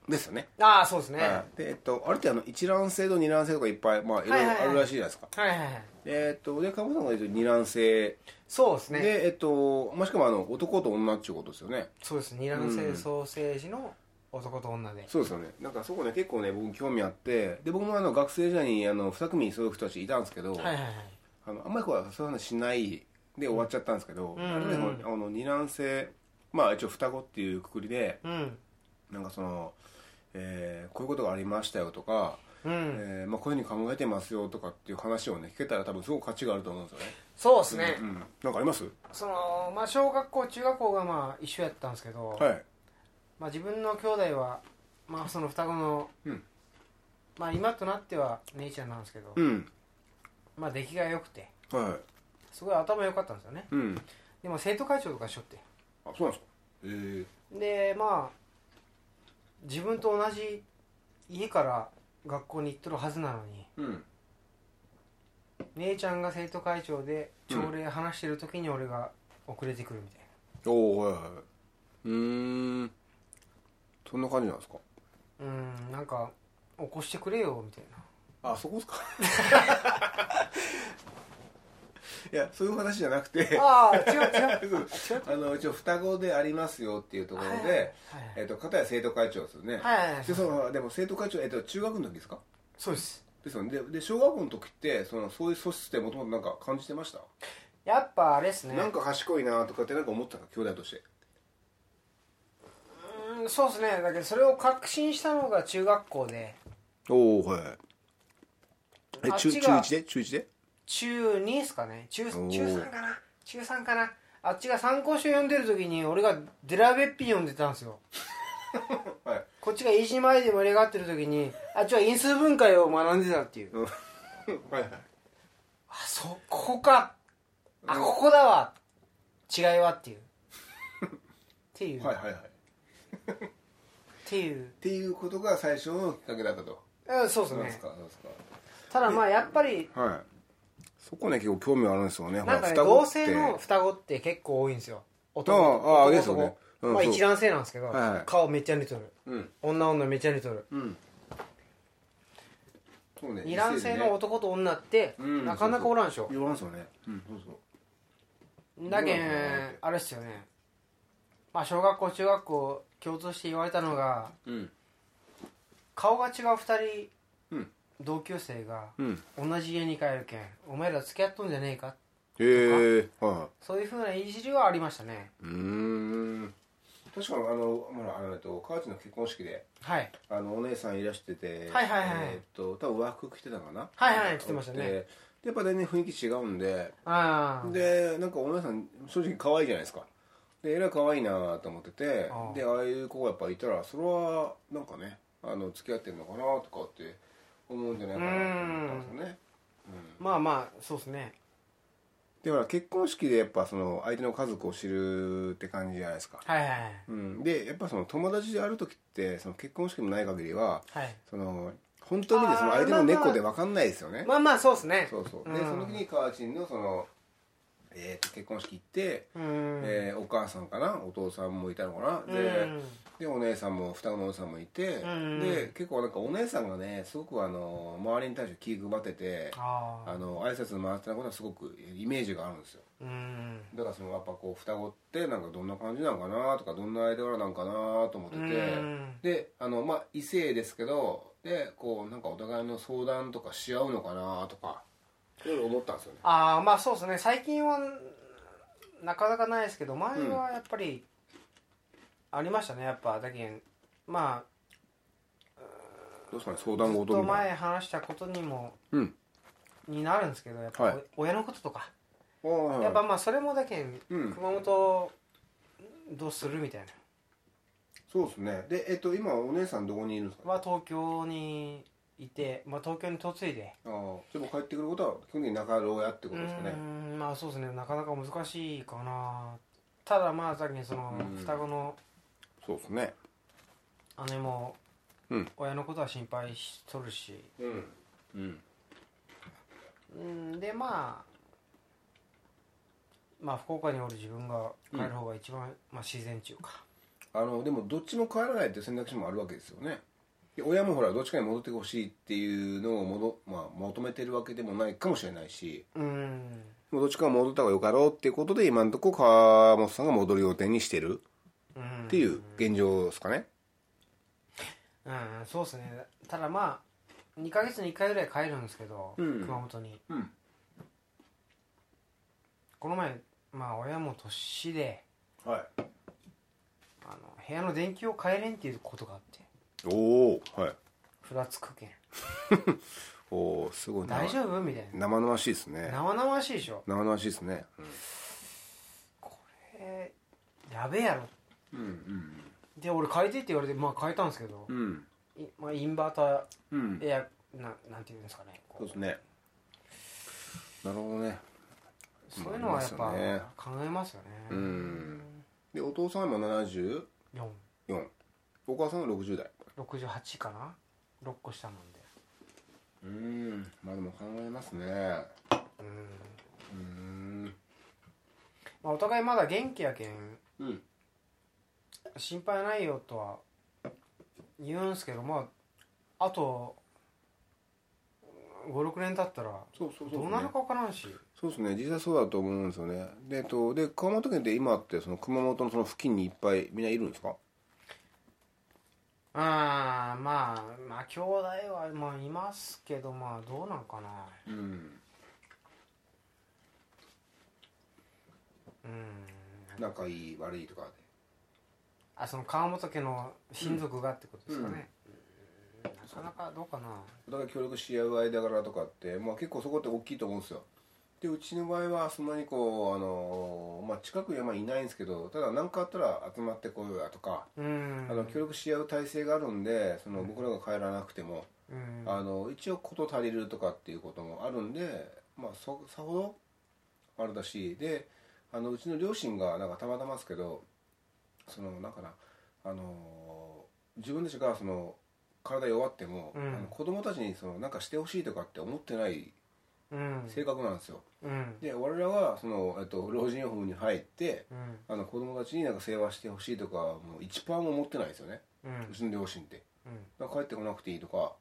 S1: ですよね
S2: ああそうですね、
S1: はい、でえっとあれってあの一卵性と二卵性とかいっぱい、まあ、いろいろあるらしいじゃないですか、
S2: はいはいはい
S1: でえっとで鴨野さんが言うと二卵性
S2: そうですね
S1: でえっとまあしかもあの男と女っていうことですよね
S2: そうです二卵性ソーセージの男と女で、
S1: そうですよねなんかそこね結構ね僕興味あってで僕もあの学生時代にあの2組そういう人たちいたんですけど、
S2: はいはいはい
S1: あのあんまりこうそういう話しないで終わっちゃったんですけど、
S2: うん
S1: あれねあの二卵性まあ一応双子っていうくくりで
S2: うん
S1: なんかその、えーこういうことがありましたよとか、
S2: うん、
S1: えーまあ、こういうふうに考えてますよとかっていう話をね聞けたら多分すごく価値があると思うんですよね
S2: そうですね、
S1: うん、なんかあります
S2: そのまあ小学校中学校がまあ一緒やったんですけど、
S1: はい
S2: まあ、自分の兄弟はまあその双子の、
S1: うん
S2: まあ今となっては姉ちゃんなんですけど、
S1: うん
S2: まあ出来が良くて
S1: は
S2: すごい頭良かったんですよね
S1: いうん
S2: でも生徒会長とかしょって
S1: あそうなんですかえー、
S2: でまあ自分と同じ家から学校に行っとるはずなのに
S1: うん
S2: 姉ちゃんが生徒会長で朝礼話してる時に俺が遅れてくるみたいな、
S1: おおはいはいはいうーんそんな感じなんですか
S2: うんなんか起こしてくれよみたいな
S1: あそこですか いやそういう話じゃなくて
S2: ああ違う違う
S1: そう
S2: 違う
S1: あの一応双子でありますよっていうところで、えっと片や生徒会長ですよね、
S2: はいはいはいはいはい
S1: でそのでも生徒会長、えっと中学の時ですか
S2: そうです
S1: ですよねでで小学校の時ってそのそういう素質ってもともとなんか感じてました、
S2: やっぱあれですね
S1: なんか賢いなとかってなんか思ってたか兄弟として
S2: うんそうですねだけどそれを確信したのが中学校で
S1: おおはい
S2: えあっちが中中一
S1: で中1で
S2: 中2ですかね中中
S1: おー
S2: 3かな中3かなあっちが参考書読んでる時に俺がデラベッピン読んでたんですよ
S1: はい
S2: こっちが飯島愛で盛り上がってる時にあっちは因数分解を学んでたっていう
S1: うん はいはい
S2: あそうここかあここだわ違いはっていうっていう、
S1: はい
S2: っ
S1: はいはいって
S2: いう
S1: ていうことが最初のきっかけだったと
S2: うんそうです
S1: そうです
S2: ね
S1: かそうです
S2: ただまあやっぱり
S1: かはいそこね結構興味あるんですよね
S2: なんかね同性の双子って結構多いんですよ男
S1: ああああ
S2: 男
S1: ですよねうん
S2: まあ
S1: そう
S2: 一卵性なんですけど、
S1: はいはい
S2: 顔めっちゃ似とる
S1: うん
S2: 女女めっちゃ似とる
S1: うんそうね
S2: 二卵性の男と女って
S1: うん
S2: なかなかおらんでしょ、
S1: 言わんすよねうんそうそう
S2: だけん
S1: そうなんだなって
S2: あれっすよねまあ小学校中学校共通して言われたのが
S1: うん
S2: 顔が違う二
S1: う
S2: 人
S1: ん
S2: 同級生が
S1: うん
S2: 同じ家に帰るけんお前ら付き合っとんじゃねえか
S1: へえは
S2: そういうふうな言い知りはありましたね
S1: いうん確かにあのほらあのえっと河内の結婚式で
S2: はい
S1: あのお姉さんいらしてて
S2: はいはいはい
S1: えーっと多分和服着てたかな
S2: はいはい着てましたね
S1: ででやっぱ全然雰囲気違うんで
S2: ああ
S1: でなんかお姉さん正直可愛いじゃないですかでえらい可愛いなと思ってて
S2: ああ
S1: でああいう子がやっぱいたらそれはなんかねあの付き合ってるのかなとかって思うんじゃないかなと思ったんですよね
S2: まあまあそうですね
S1: でほら結婚式でやっぱその相手の家族を知るって感じじゃないですか、
S2: はいはいはい
S1: うん、でやっぱその友達である時ってその結婚式もない限りは
S2: はい
S1: その本当にですね
S2: あー
S1: 相手の
S2: まあま
S1: 猫
S2: あ
S1: で分かんないですよね、
S2: まあまあそうですね
S1: そうそうで
S2: うん
S1: その時に川内のその、えーと結婚式行って、
S2: うん
S1: えーお母さんかなお父さんもいたのかなで,、でお姉さんも双子のお姉さんもいて、
S2: うん
S1: で結構なんかお姉さんがねすごくあの周りに対して気配ってて
S2: あ
S1: あの挨拶回ってたことはすごくイメージがあるんですよ
S2: ーうん
S1: だからそのやっぱこう双子ってなんかどんな感じなのかなとかどんな間柄なんかなと思ってて、
S2: うん
S1: であのまあ異性ですけどでこうなんかお互いの相談とかし合うのかなとかいろいろ思ったんですよね
S2: ああまあそうですね最近はなかなかないですけど前はやっぱりありましたねやっぱだけんまあう
S1: どうですかね相談
S2: ずっ
S1: 事
S2: と
S1: みたい
S2: 前話したことにも
S1: うん
S2: になるんですけどやっぱ、
S1: はい
S2: お親のこととか、
S1: なはい
S2: やっぱまあそれもだけん、
S1: うん
S2: 熊本どうするみたい
S1: そうですねでえっと今お姉さんどこにいるんですか
S2: なは東京にいて、まあ、東京に嫁いで
S1: ああでも帰ってくることは基本的に中牢屋って
S2: う
S1: ことですかね
S2: ーんまあそうですねなかなか難しいかなただまあさっきその
S1: うん
S2: 双子の
S1: そうですね
S2: 姉も
S1: うん
S2: 親のことは心配しとるし、
S1: うんうん
S2: うんでまあまあ福岡におる自分が帰る方が一番、まあ、自然中か
S1: あのでもどっちも帰らないっていう選択肢もあるわけですよねで親もほらどっちかに戻ってほしいっていうのをもど、まあ、求めてるわけでもないかもしれないし
S2: うん
S1: でもどっちかが戻った方がよかろうっていうことで今のところ川本さんが戻る予定にしてる
S2: うん
S1: っていう現状ですかね
S2: うんそうですねただまあ2ヶ月に1回ぐらい帰るんですけど、
S1: うん
S2: 熊本に
S1: うん
S2: この前まあ親も年で
S1: はい
S2: あの部屋の電球を変えれんっていうことがあって
S1: おおはい
S2: ふらつくけん
S1: おおすごいな
S2: 大丈夫みたい
S1: 生々しいですね
S2: な生々しいでしょ
S1: 生々しいですね
S2: これやべえやろ
S1: うん
S2: で俺変えてって言われてまあ変えたんですけど、
S1: うんうん
S2: いまあ、インバータ
S1: うん
S2: ーエアななんていうんですかねこう
S1: そうですねなるほどね
S2: そういうのはやっ
S1: まあありますよね
S2: ぱ考えますよね。
S1: うんでお父さんは今74
S2: 四
S1: お母さんは60代
S2: 六十八かな、六個下なんで。
S1: うんまあでも考えますね
S2: うん。
S1: うん
S2: まあお互いまだ元気やけん
S1: うん
S2: 心配ないよとは言うんすけど、まああと五六年経ったら
S1: そうそうそう
S2: どうなるかわからんし。
S1: そうですね実際そうだと思うんですよねで,、えっと、で熊本県って今ってその熊本のその付近にいっぱいみんないるんですか
S2: ああまあまあ兄弟はまあいますけどまあどうなんかな。
S1: うん
S2: うん。
S1: 仲いい悪いとか
S2: あその川本家の親族がってことですかね、うんなかなかどうかな
S1: お互い協力し合う間柄とかって、まあ、結構そこって大きいと思うんですよでうちの場合はそんなにこう、あのまあ、近くにはまあいないんですけどただ何かあったら集まってこようやとか、
S2: うん
S1: あの協力し合う体制があるんでその僕らが帰らなくても、
S2: うん
S1: あの一応事足りるとかっていうこともあるんで、まあ、そさほどあれだしであのうちの両親がなんかたまたまですけどそのなんかなあの自分たちがその体弱っても、
S2: うん
S1: あの子供たちにそのなんかしてほしいとかって思ってない
S2: うん
S1: 性格なんですよ。
S2: うん
S1: で我々はその、えっと、老人ホームに入って
S2: うん
S1: あの子供たちになんか世話してほしいとかもう1パーも思ってないですよね、
S2: うん
S1: うちの両親って。
S2: う
S1: だから帰ってこなくていいとか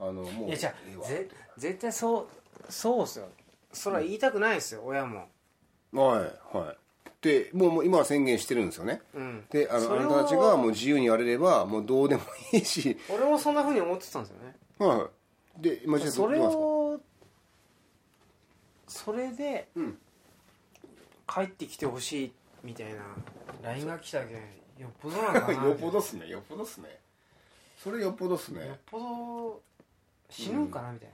S1: あのも
S2: ん
S1: う
S2: い
S1: い
S2: やじゃあぜ絶対そうそうっすよそれは言いたくないっすよ親も
S1: はいはいでもうもう今は宣言してるんですよね
S2: うん
S1: であの
S2: そ
S1: あ
S2: れ
S1: な
S2: を
S1: たたちがもう自由にやれればもうどうでもいいし
S2: 俺もそんなふうに思ってたんですよね
S1: はいはいで今じゃあど
S2: そう
S1: どう
S2: れ
S1: なんですか
S2: をそれで
S1: うん
S2: 帰ってきてほしいみたいな LINE が来たけんよっぽどなんか な
S1: よっぽどっすねよっぽどっすねそれよっぽどっす
S2: よっ
S1: ね
S2: ぽど死ぬんかなみたい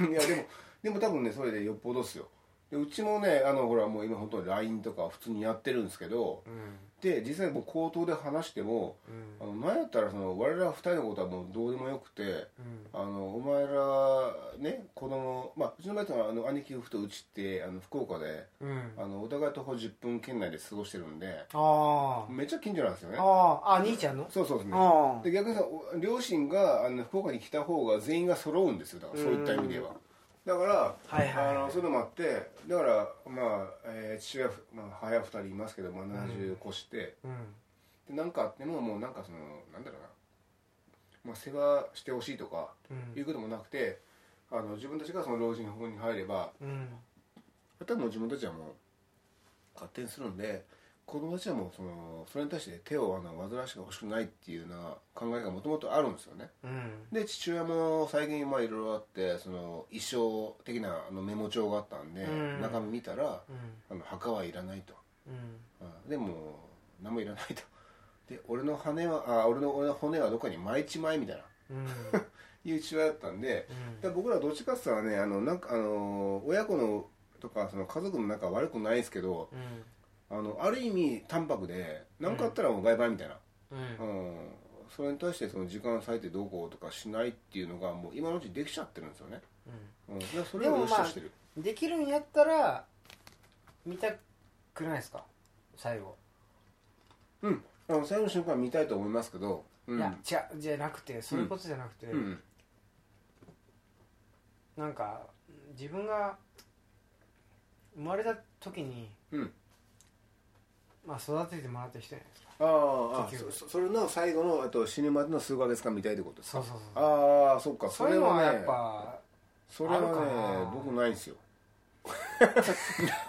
S2: な
S1: いやでもでも多分ねそれでよっぽどっすよでうちもねあのほらもう今本当に LINE とか普通にやってるんですけど
S2: うん
S1: で実際もう口頭で話しても
S2: うん
S1: あの前やったらその我々二人のことはもうどうでもよくて
S2: うん
S1: あのお前らね子供まあうちの場合はあの兄貴夫婦とうちってあの福岡で
S2: うん
S1: あのお互い徒歩10分圏内で過ごしてるんで
S2: あ
S1: めっちゃ近所なんですよ
S2: あ
S1: ね
S2: あああ兄ちゃんの
S1: そうそうですね
S2: ああ
S1: で逆にさお両親があの福岡に来た方が全員が揃うんですよだからそういった意味ではだから、
S2: はいはいはい
S1: あのそういうのもあってだからまあ、えー父親、まあ、母親2人いますけど、まあ、70越して、
S2: うん
S1: で何かあってももうなんかそのなんだろうな、まあ、世話してほしいとか
S2: う
S1: いうんこともなくてあの自分たちがその老人ホームに入れば
S2: うん
S1: あとはもう自分たちはもう勝手にするんで子供たちはもうそのそれに対して手をあの煩わしてほしくないっていうような考えがもともとあるんですよね
S2: うん
S1: で父親も最近まあいろいろあってその衣装的なあのメモ帳があったんで、
S2: うん
S1: 中身見たら
S2: うん
S1: あの墓はいらないと、
S2: うん
S1: うんでも何もいらないとで俺の羽はあ俺の俺の骨はどっかに舞いちまえみたいな
S2: うん
S1: いう父親だったんでだから僕らどっちかって言ったらねあのなんかあの親子のとかその家族の仲は悪くないですけど
S2: うん
S1: あのある意味淡白で何かあったらもうバイバイみたいな、
S2: うん
S1: うん、それに対してその時間割いてどうこうとかしないっていうのがもう今のうちできちゃってるんですよね、うん、だからそれを無視してる、
S2: うんできるんやったら見たくないですか最後
S1: うんあの最後の瞬間見たいと思いますけどう
S2: い
S1: ん
S2: や違うじゃなくてそういうことじゃなくて
S1: うん
S2: なんか自分が生まれた時に
S1: うん
S2: まあ育ててもらった人じゃないですか
S1: あああ
S2: 結
S1: そ
S2: 局
S1: そそれの最後のあと死ぬまでの数ヶ月間見たいってことです
S2: そう
S1: か
S2: そうそう
S1: ああそっか
S2: そ
S1: そう
S2: い
S1: れ
S2: うの
S1: は
S2: は
S1: ね
S2: やっぱ
S1: それはね
S2: あるかな
S1: 僕ないんですよ な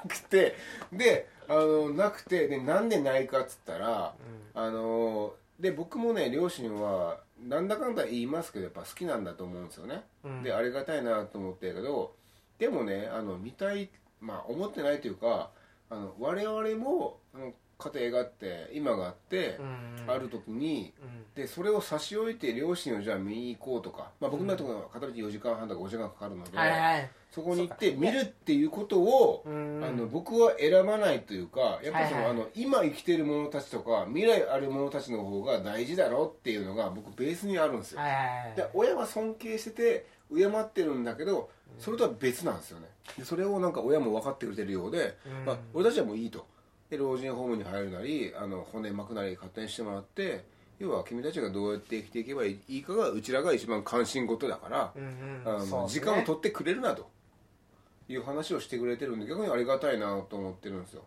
S1: くてであのなくてでなんでないかっつったら
S2: う
S1: あので僕もね両親はなんだかんだ言いますけどやっぱ好きなんだと思うんですよね、
S2: んうん
S1: でありがたいなと思ってるけどでもねあの見たいまあ思ってないというかあの我々もあの家庭があって今があって
S2: う、ん
S1: ある時に
S2: うん
S1: でそれを差し置いて両親をじゃあ見に行こうとか、まあ、僕のところは片道4時間半とか5時間かかるので、
S2: はいはい
S1: そこに行って見るっていうことを、
S2: うん
S1: あの僕は選ばないというかやっぱその、
S2: はいはい
S1: あの今生きてる者たちとか未来ある者たちの方が大事だろっていうのが僕ベースにあるんですよ、
S2: はいはい
S1: で親は尊敬してて敬ってるんだけどそれとは別なんですよねでそれをなんか親も分かってくれてるようで、
S2: うん
S1: まあ、俺たちはもういいとで老人ホームに入るなりあの骨巻くなり勝手にしてもらって要は君たちがどうやって生きていけばいいかがうちらが一番関心事だから、
S2: うん
S1: あ
S2: う
S1: の
S2: んそうです
S1: 時
S2: ね
S1: 間を取ってくれるなという話をしてくれてるんで逆にありがたいなと思ってるんですよ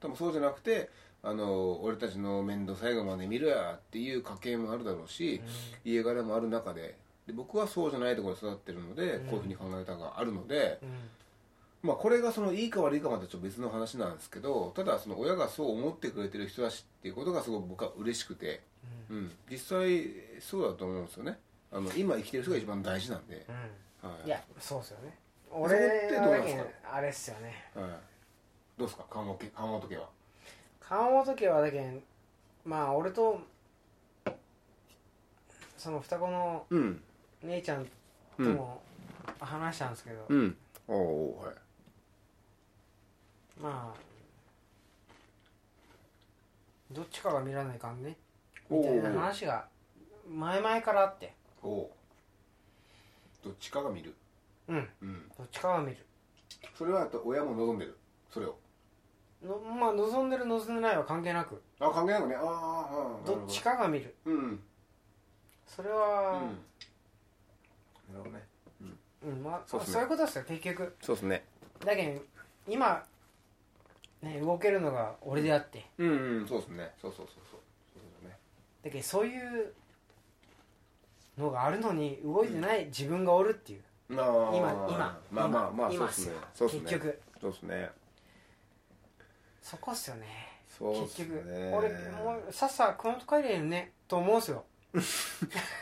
S1: 多分そうじゃなくてあの俺たちの面倒最後まで見るやっていう家系もあるだろうし、家柄もある中でで僕はそうじゃないところで育ってるので、こういうふうに考え方があるので、
S2: うん
S1: まあ、これがそのいいか悪いかまたちょっと別の話なんですけどただその親がそう思ってくれてる人だしっていうことがすごく僕は嬉しくて、うん、実際そうだと思うんですよねあの今生きてる人が一番大事なんで、
S2: う
S1: は
S2: んいやそうですよね
S1: こって
S2: 俺
S1: どう
S2: は
S1: なん
S2: だ
S1: ですか
S2: けあれっすよね
S1: はい、どうですか看護系看護時計は
S2: 川本家はだけんまあ俺とその双子の
S1: うん
S2: 姉ちゃんとも話したんですけど、
S1: うんおおはい
S2: まあどっちかが見らないかんね
S1: お
S2: みたいな
S1: ー
S2: 話が前々からあって
S1: おーどっちかが見る
S2: うん
S1: うん
S2: どっちかが見る
S1: それはあと親も望んでるそれを
S2: のまあ望んでる望んでないは関係なく
S1: あ関係ないよねああああ
S2: どっち
S1: か
S2: かが見る
S1: うんうん
S2: それは、
S1: なるほどね
S2: うんまあ、
S1: そ
S2: そうう
S1: っすね
S2: いうことですよ結局
S1: そうですね
S2: だけど今、ね、動けるのが俺であって、
S1: うんうんそうですねそうそうそうそうそうだね
S2: だけどそういうのがあるのに動いてない自分がおるっていう、
S1: まあ
S2: 今今
S1: まあまあまあそ
S2: 今
S1: うですねそうですね
S2: 結局
S1: そうですね
S2: そこっすよね
S1: そうっす
S2: 結
S1: ね
S2: 局俺もうさっさ熊本帰れんねと思うんすよ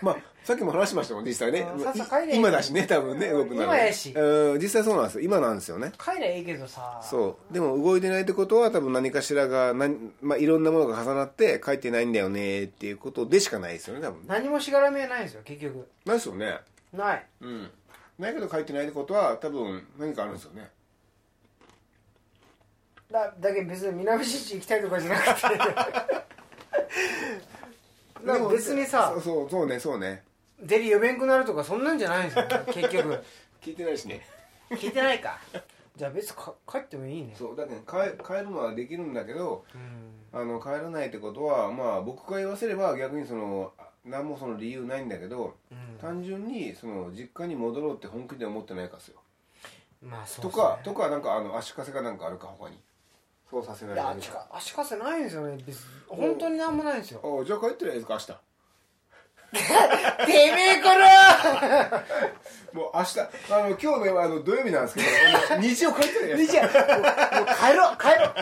S1: まあ、さっきも話しましたもん、実際ね
S2: うん。さっさ帰れ
S1: い今だしね、多分ね、動くなら
S2: 今やし
S1: うん、実際そうなんですよ。今なんですよね。
S2: 帰りゃいいけどさ
S1: そう。でも動いてないってことは、多分何かしらが、何まあ、いろんなものが重なって、帰ってないんだよね、っていうことでしかないですよね、多分ね。
S2: 何もしがらみはないんですよ結局
S1: ないですよね。
S2: ない
S1: うん。ないけど帰ってないってことは、多分何かあるんですよね。
S2: だだけど別に南新地行きたいとかじゃなくて なんか別にさ
S1: そうそう、そうね、そうね。
S2: デリ呼べんくなるとかそんなんじゃないんですよ結局
S1: 聞いてないしね。
S2: 聞いてないかじゃあ別にか帰ってもいいね
S1: そう、だけど帰帰るのはできるんだけど、
S2: うん
S1: あの帰らないってことはまあ僕が言わせれば逆にそのあ何もその理由ないんだけど、
S2: うん
S1: 単純にその実家に戻ろうって本気で思ってないかっすよ
S2: まあそう
S1: と
S2: っすね
S1: かとかなんかあの足かせかなんかあるか他にそうさせない
S2: いや
S1: だけ
S2: 足か足かせないんですよね別に本当になんもないんですよ
S1: あじゃあ帰ってないですか
S2: てめえから
S1: 明日もう明日あの今日のあの土曜日なんですけどあの日曜帰ってないです
S2: じゃもう帰ろう帰ろう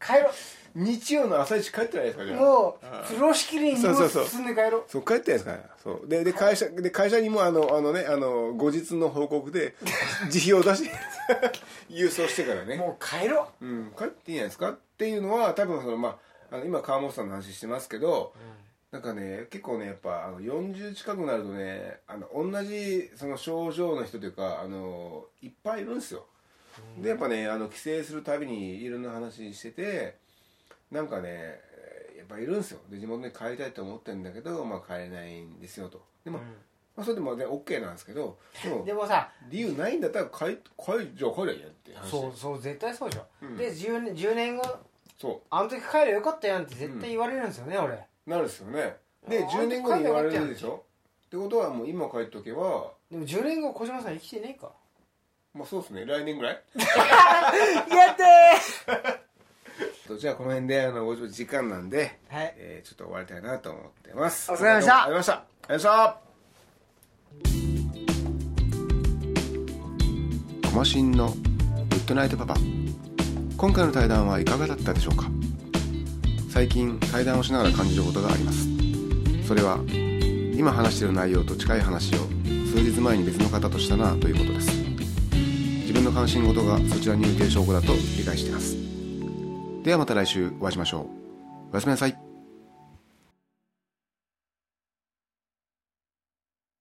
S2: 帰ろ
S1: 日曜の朝一帰ってないですかじ
S2: う
S1: ゃあ
S2: もう風呂敷に荷
S1: そうそ
S2: 物
S1: うそう
S2: 包んで帰ろう
S1: そう帰ってないですかねそうでで会社で会社にもあのあのねあの後日の報告で辞表を出して郵送してからね
S2: もう帰ろ
S1: うん、帰っていいんじゃないですかっていうのは多分その、まあ、あの今川本さんの話してますけど、なんかね結構ねやっぱあの40近くなるとねあの同じその症状の人というかあのいっぱいいるんですよでやっぱねあの帰省するたびにいろんな話しててなんかねえーやっぱいるんですよで地元に帰りたいと思ってるんだけど、まあ、帰れないんですよとでも、まあ、それでもね OK なんですけどで
S2: う
S1: も
S2: んでもさ
S1: 理由ないんだったら帰帰じゃあ帰りゃいいやって話
S2: そうそう絶対そうじゃん、
S1: うん
S2: で 10, 年10年後
S1: そ
S2: あの時帰れよかったやんって絶対言われるんですよね、俺
S1: うなるんですよね
S2: あ
S1: で
S2: ー
S1: 10年後に言われるでしょってことはもう今帰っとけば
S2: でも10年後小島さん生きてねえか
S1: まあそうですね来年ぐ らい
S2: やった
S1: とじゃあこの辺であのご自分時間なんで、
S2: ーはい
S1: えーちょっと終わりたいなと思ってます
S2: お疲れ様でした
S1: ありがとうございましたありがとうございましたコマシンのグッドナイトパパ今回の対談はいかがだったでしょうか最近対談をしながら感じることがありますそれは今話している内容と近い話を数日前に別の方としたなということです自分の関心事がそちらに向いている証拠だと理解していますではまた来週お会いしましょうおやすみなさい